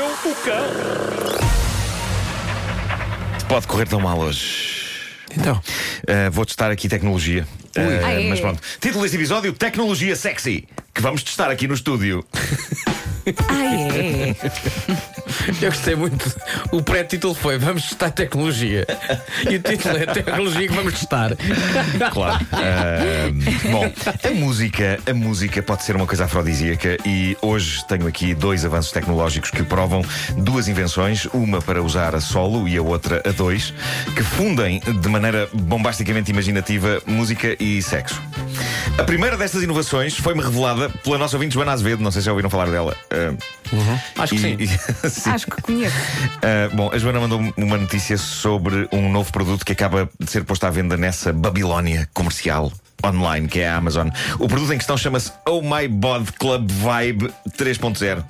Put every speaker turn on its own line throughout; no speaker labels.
boca.
Pode correr tão mal hoje.
Então,
Uh, vou testar aqui tecnologia. Uh,
Ah, é?
mas pronto. Título deste episódio: Tecnologia Sexy. Que vamos testar aqui no estúdio.
Ah, é?
eu gostei muito. O pré-título foi Vamos testar tecnologia. E o título é Tecnologia que vamos testar.
Claro. Ahm, bom, a música, a música pode ser uma coisa afrodisíaca e hoje tenho aqui dois avanços tecnológicos que provam duas invenções, uma para usar a solo e a outra a dois, que fundem de maneira bombasticamente imaginativa música e sexo. A primeira destas inovações foi-me revelada pela nossa ouvinte Joana Azevedo, não sei se já ouviram falar dela. Ahm,
Uhum. Acho que
e-
sim.
e- sim.
Acho que conheço.
Uh, bom, a Joana mandou-me uma notícia sobre um novo produto que acaba de ser posto à venda nessa Babilónia comercial online, que é a Amazon. O produto em questão chama-se Oh My Bod Club Vibe 3.0.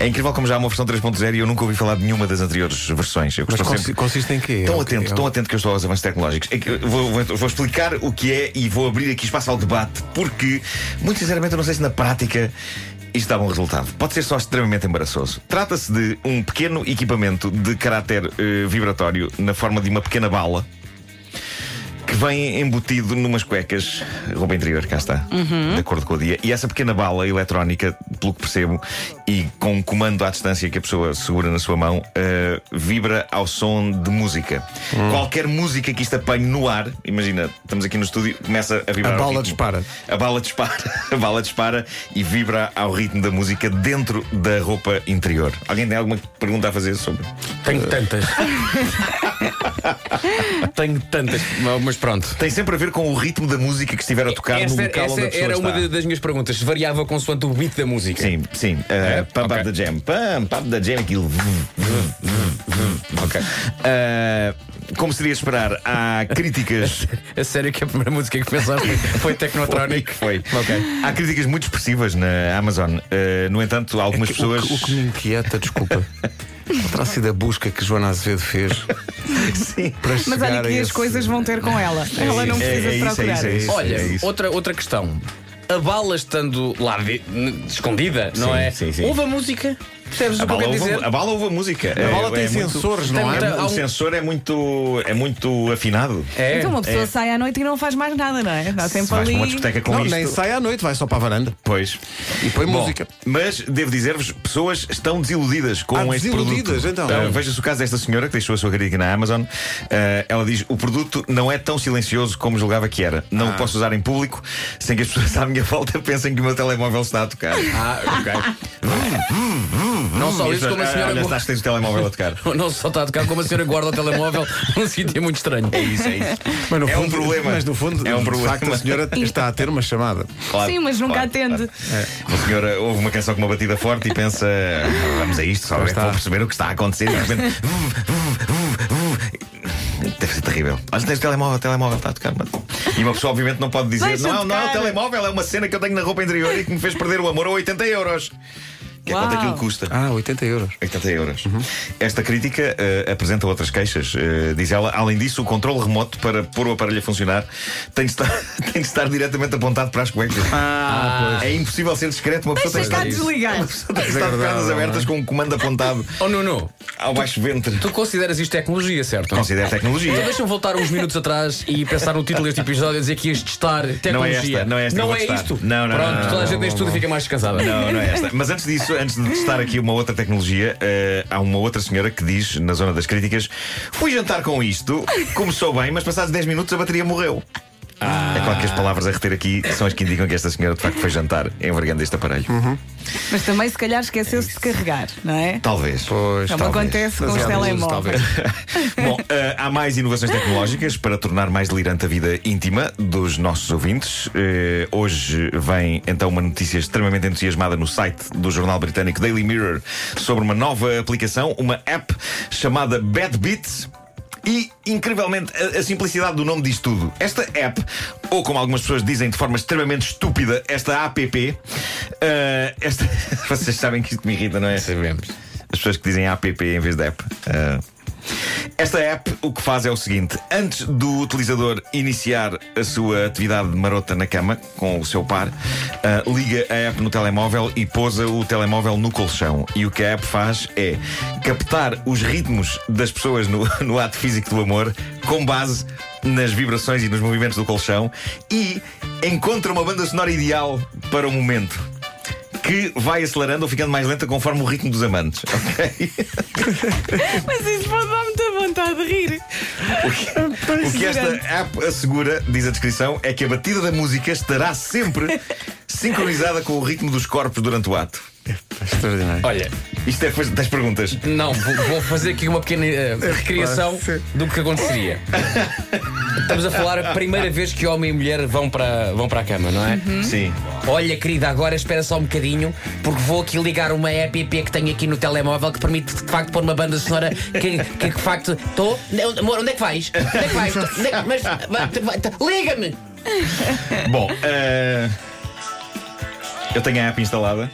É incrível como já há uma versão 3.0 e eu nunca ouvi falar de nenhuma das anteriores versões. Eu
Mas
estou
consi-
sempre...
consiste em quê?
Tão
É o quê?
atento,
É o-
tão atento que eu estou aos avanços tecnológicos. É que eu vou, vou- vou explicar o que é e vou abrir aqui espaço ao debate, porque, muito sinceramente, eu não sei se na prática isto dá bom resultado. Pode ser só extremamente embaraçoso. Trata-se de um pequeno equipamento de caráter eh, vibratório na forma de uma pequena bala. Que vem embutido numas cuecas roupa interior, cá está,
Uhum.
de acordo com o dia. E essa pequena bala eletrónica, pelo que percebo, e com um comando à distância que a pessoa segura na sua mão, eh, vibra ao som de música.
Hum.
Qualquer música que isto apanhe no ar, imagina, estamos aqui no estúdio, começa a vibrar.
A
ao
bala
ritmo.
dispara.
A bala dispara, a bala dispara e vibra ao ritmo da música dentro da roupa interior. Alguém tem alguma pergunta a fazer sobre?
Tenho tantas. Tenho tantas. Mas pronto.
Tem sempre a ver com o ritmo da música que estiver a tocar
essa
no local
essa
onde a pessoa
era
está.
uma de- das minhas perguntas. Variava consoante o beat da música.
Sim, sim. Uh,
É?
Pump
Ok.
up the jam. Pump up the jam, aquilo.
Ok.
Uh, como seria de esperar, há críticas.
A sério que a primeira música que pensaste foi Technotronic.
Foi.
Ok.
Há críticas muito expressivas na Amazon. Uh, no entanto, algumas pessoas.
O, que- o que me inquieta, desculpa. Terá sido a busca que Joana Azevedo fez
Sim.
para
Mas
chegar
olha
a
que as
esse-
coisas vão ter com ela. Ela não
isso, é-
precisa
é
de
isso, é
procurar.
isso, é isso.
Olha,
é isso.
outra, outra questão. A bala estando lá de- n- escondida, não é?
sim, sim.
Ouve a música. Percebes
A
o que eu
bala,
quero
ouve,
dizer?
a bala ouve a música.
A bala tem sensores, não
é?
é?
Há
O
um-
sensor é muito, é muito afinado.
É.
Então uma pessoa sai à noite e não faz mais nada, não é? Está
Se
sempre
vais
ali.
para uma discoteca com
Não,
isto.
nem sai à noite, vai só para a varanda
Pois.
e põe
Bom,
música.
Mas devo dizer-vos, pessoas estão desiludidas com
Ah,
este
desiludidas,
produto.
então.
Ah, Veja-se o caso desta senhora que deixou a sua crítica na Amazon. Ah, ela diz: o produto não é tão silencioso como julgava que era. Não
Ah.
o posso usar em público sem que as pessoas à minha volta pensem que o meu telemóvel está a tocar.
Ah, ok. não só isso, como a
Ah,
senhora.
Olha, estás, tens o telemóvel a tocar.
Não só está a tocar, como a senhora guarda o telemóvel num sítio muito estranho.
É isso, é isso.
Mas no
é um
fundo-
problema.
Mas no fundo,
é um problema.
de facto, a senhora está a ter uma chamada.
Claro,
Sim, mas nunca
claro,
atende.
claro. A senhora ouve uma canção com uma batida forte e pensa: "Ah, vamos a isto, só
está.
vou perceber o que está a acontecer. E de repente, "Vum, vum, vum, vum." Deve ser terrível. Olha, tens o telemóvel, o telemóvel está a tocar. Mas... E uma pessoa, obviamente, não pode dizer:
Deixa
não,
de
não é o
tocar."
telemóvel, é uma cena que eu tenho na roupa interior e que me fez perder o amor a 80 euros. Que é quanto
Uau.
aquilo custa.
Ah, 80 euros.
80 euros. Esta crítica eh, apresenta outras queixas, eh, diz ela. Além disso, o controle remoto para pôr o aparelho a funcionar tem de estar, tem de estar diretamente apontado para as cuecas. é impossível ser discreto. Uma pessoa tem
Deixa cá
de estar,
desligar.
tem de estar de pernas abertas com um comando apontado
Oh, Nuno,
ao baixo ventre.
tu consideras isto tecnologia, certo?
Considera
Então
tecnologia.
deixa-me voltar uns minutos atrás e pensar no título deste episódio e dizer que ias testar tecnologia.
esta, não é esta que eu vou testar.
isto?
Não, não,
Pronto,
não, não,
toda a
não,
gente neste tudo fica mais descansada.
Não, não é esta. Mas antes disso, antes de testar aqui uma outra tecnologia, eh, há uma outra senhora que diz, na zona das críticas: Fui jantar com isto, começou bem, mas passados 10 minutos a bateria morreu. É claro que as palavras a reter aqui são as que indicam que esta senhora de facto foi jantar, envergando este aparelho.
Uhum.
Mas também se calhar esqueceu-se de carregar, não é?
Talvez.
Pois,
Como
talvez.
acontece com os
Demasiado luz,
telemóveis.
talvez.
Bom, eh, há mais inovações tecnológicas para tornar mais delirante a vida íntima dos nossos ouvintes. Eh, hoje vem então uma notícia extremamente entusiasmada no site do jornal britânico Daily Mirror sobre uma nova aplicação, uma app chamada Bad Beats. E, incrivelmente, a, a simplicidade do nome diz tudo. Esta app, ou como algumas pessoas dizem de forma extremamente estúpida, esta app, eh, esta... vocês sabem que isto me irrita, não é?
Sabemos.
As pessoas que dizem app em vez de app. Ah, Esta app o que faz é o seguinte: antes do utilizador iniciar a sua atividade marota na cama com o seu par, ah, liga a app no telemóvel e pousa o telemóvel no colchão. E o que a app faz é captar os ritmos das pessoas no, no ato físico do amor com base nas vibrações e nos movimentos do colchão e encontra uma banda sonora ideal para o momento. Que vai acelerando ou ficando mais lenta conforme o ritmo dos amantes. ok?
Mas isso pode dar muita vontade de rir.
O que, é? o que esta app assegura, diz a descrição, é que a batida da música estará sempre sincronizada com o ritmo dos corpos durante o ato.
Extraordinário.
Olha,
Isto é depois das perguntas.
não, vou, vou fazer aqui uma pequena eh,
É
recriação
Claro,
do que aconteceria. Estamos a falar a primeira vez que homem e mulher vão para, vão para a cama, não é?
Sim.
Olha, querida, agora espera só um bocadinho, porque vou aqui ligar uma app que tenho aqui no telemóvel que permite de facto pôr uma banda sonora que, que de facto. Estou. Amor, onde é que vais? Onde é que vais? Onde é que- mas- mas- Liga-me!
Bom, eh, eu tenho a app instalada.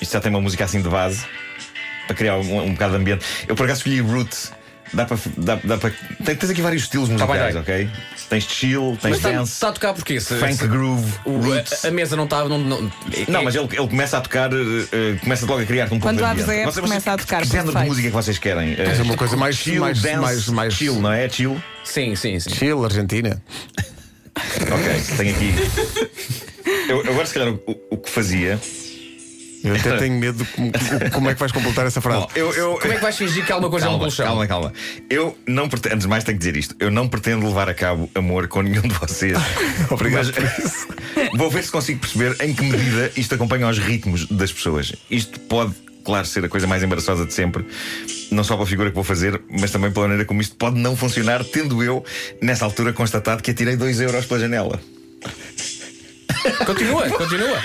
Isto já tem uma música assim de base para criar um, um bocado de ambiente. Eu por acaso escolhi Root. Dá para. Dá, dá para tem- tens aqui vários estilos musicais,
Tá bem,
ok? Tens chill, tens dance,
a tocar porquê? Se,
funk groove, roots.
a, mesa não estava. Não, não,
Não, mas ele, ele começa a tocar, eh, eh, começa logo a criar um pouco
É Quando
de
abres
ambiente.
a app,
Vocês-
começa a
que-
tocar,
Que género de
perfeito.
música que vocês querem? Eh,
Mas é uma coisa mais-
chill,
mais-
dance,
mais- mais-
chill, não é? Chill.
Sim, sim, sim.
Chile, Argentina.
Ok, tenho aqui. Eu, agora, se calhar, o, o que fazia.
Eu até tenho medo de como, como é que vais completar essa frase.
Bom, eu, eu,
Como é que vais fingir que alguma coisa é um
calma,
colchão?
calma, calma. Eu não pretendo, antes de mais, tenho que dizer isto. Eu não pretendo levar a cabo amor com nenhum de vocês.
Obrigado
Mas- Vou ver se consigo perceber em que medida isto acompanha os ritmos das pessoas. Isto pode, claro, ser a coisa mais embaraçosa de sempre, não só pela figura que vou fazer, mas também pela maneira como isto pode não funcionar, tendo eu, nessa altura, constatado que atirei 2 euros pela janela.
Continua, continua,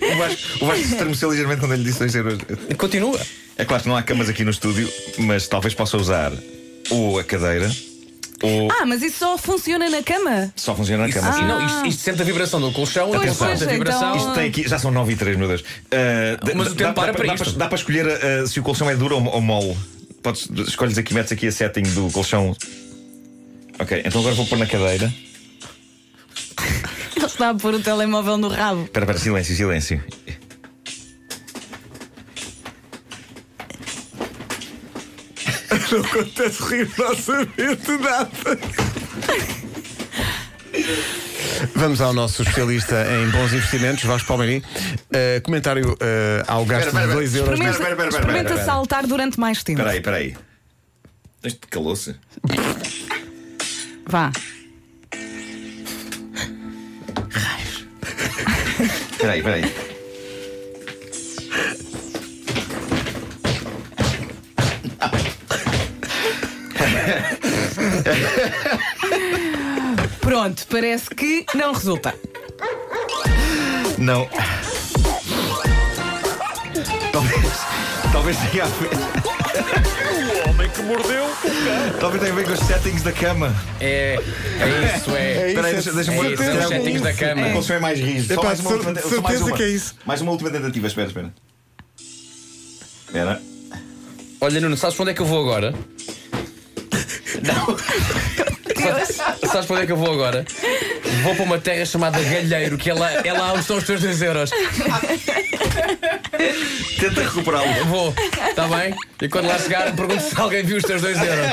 O Vasco, o Vasco se estremeceu ligeiramente quando eu lhe disse 2 euros.
continua.
É claro que não há camas aqui no estúdio, mas talvez possa usar ou a cadeira ou.
Ah, mas isso só funciona na cama?
Só funciona a cama.
E não, isto, isto sente a vibração do colchão,
Ah. Pois,
atenção,
pois,
sente a vibração.
então-
Isto tem aqui, já são 9 e 3, meu Deus. Ah, dá-
Mas o
dá-
tempo
dá,
para
dá,
para
dá
isto.
Dá para escolher ah, se o colchão é duro ou, ou mole. Podes, escolhes aqui, metes aqui a setting do colchão. Ok, então agora vou pôr na cadeira.
Ele está a pôr o telemóvel no rabo.
Espera, espera, silêncio, silêncio.
Não acontece rigorosamente nada. Vamos ao nosso especialista em bons investimentos, Vasco Palmeirim. Eh, comentário eh, ao gasto
Espera, espera,
de 2 euros.
Experimenta,
espera, espera, espera,
experimenta
espera.
saltar durante mais tempo.
Espera aí, espera aí. Isto calou-se.
Vá.
Espera aí, espera aí.
Pronto, parece que não resulta.
Não. Talvez. Talvez tenha a ver. O homem que mordeu o Talvez tenha a ver com os settings da cama.
É, é isso, é.
Espera aí, deixa- deixa-me
é
olhar.
isso, é
Tirar
os
um-
settings da cama.
O consumo é mais riso. Só
Epá,
mais uma
cer-
última- só mais
certeza
uma.
que é isso.
Mais uma última tentativa, espera, espera. Espera.
Olha, Nuno, sabes para onde é que eu vou agora? Não. Sabes, sabes para onde é que eu vou agora? Vou para uma terra chamada Galheiro, que é lá, é lá onde estão os teus 2 euros.
Tenta recuperá-lo.
tá Vou, está bem? E quando lá chegar, pergunto se alguém viu os teus 2 euros.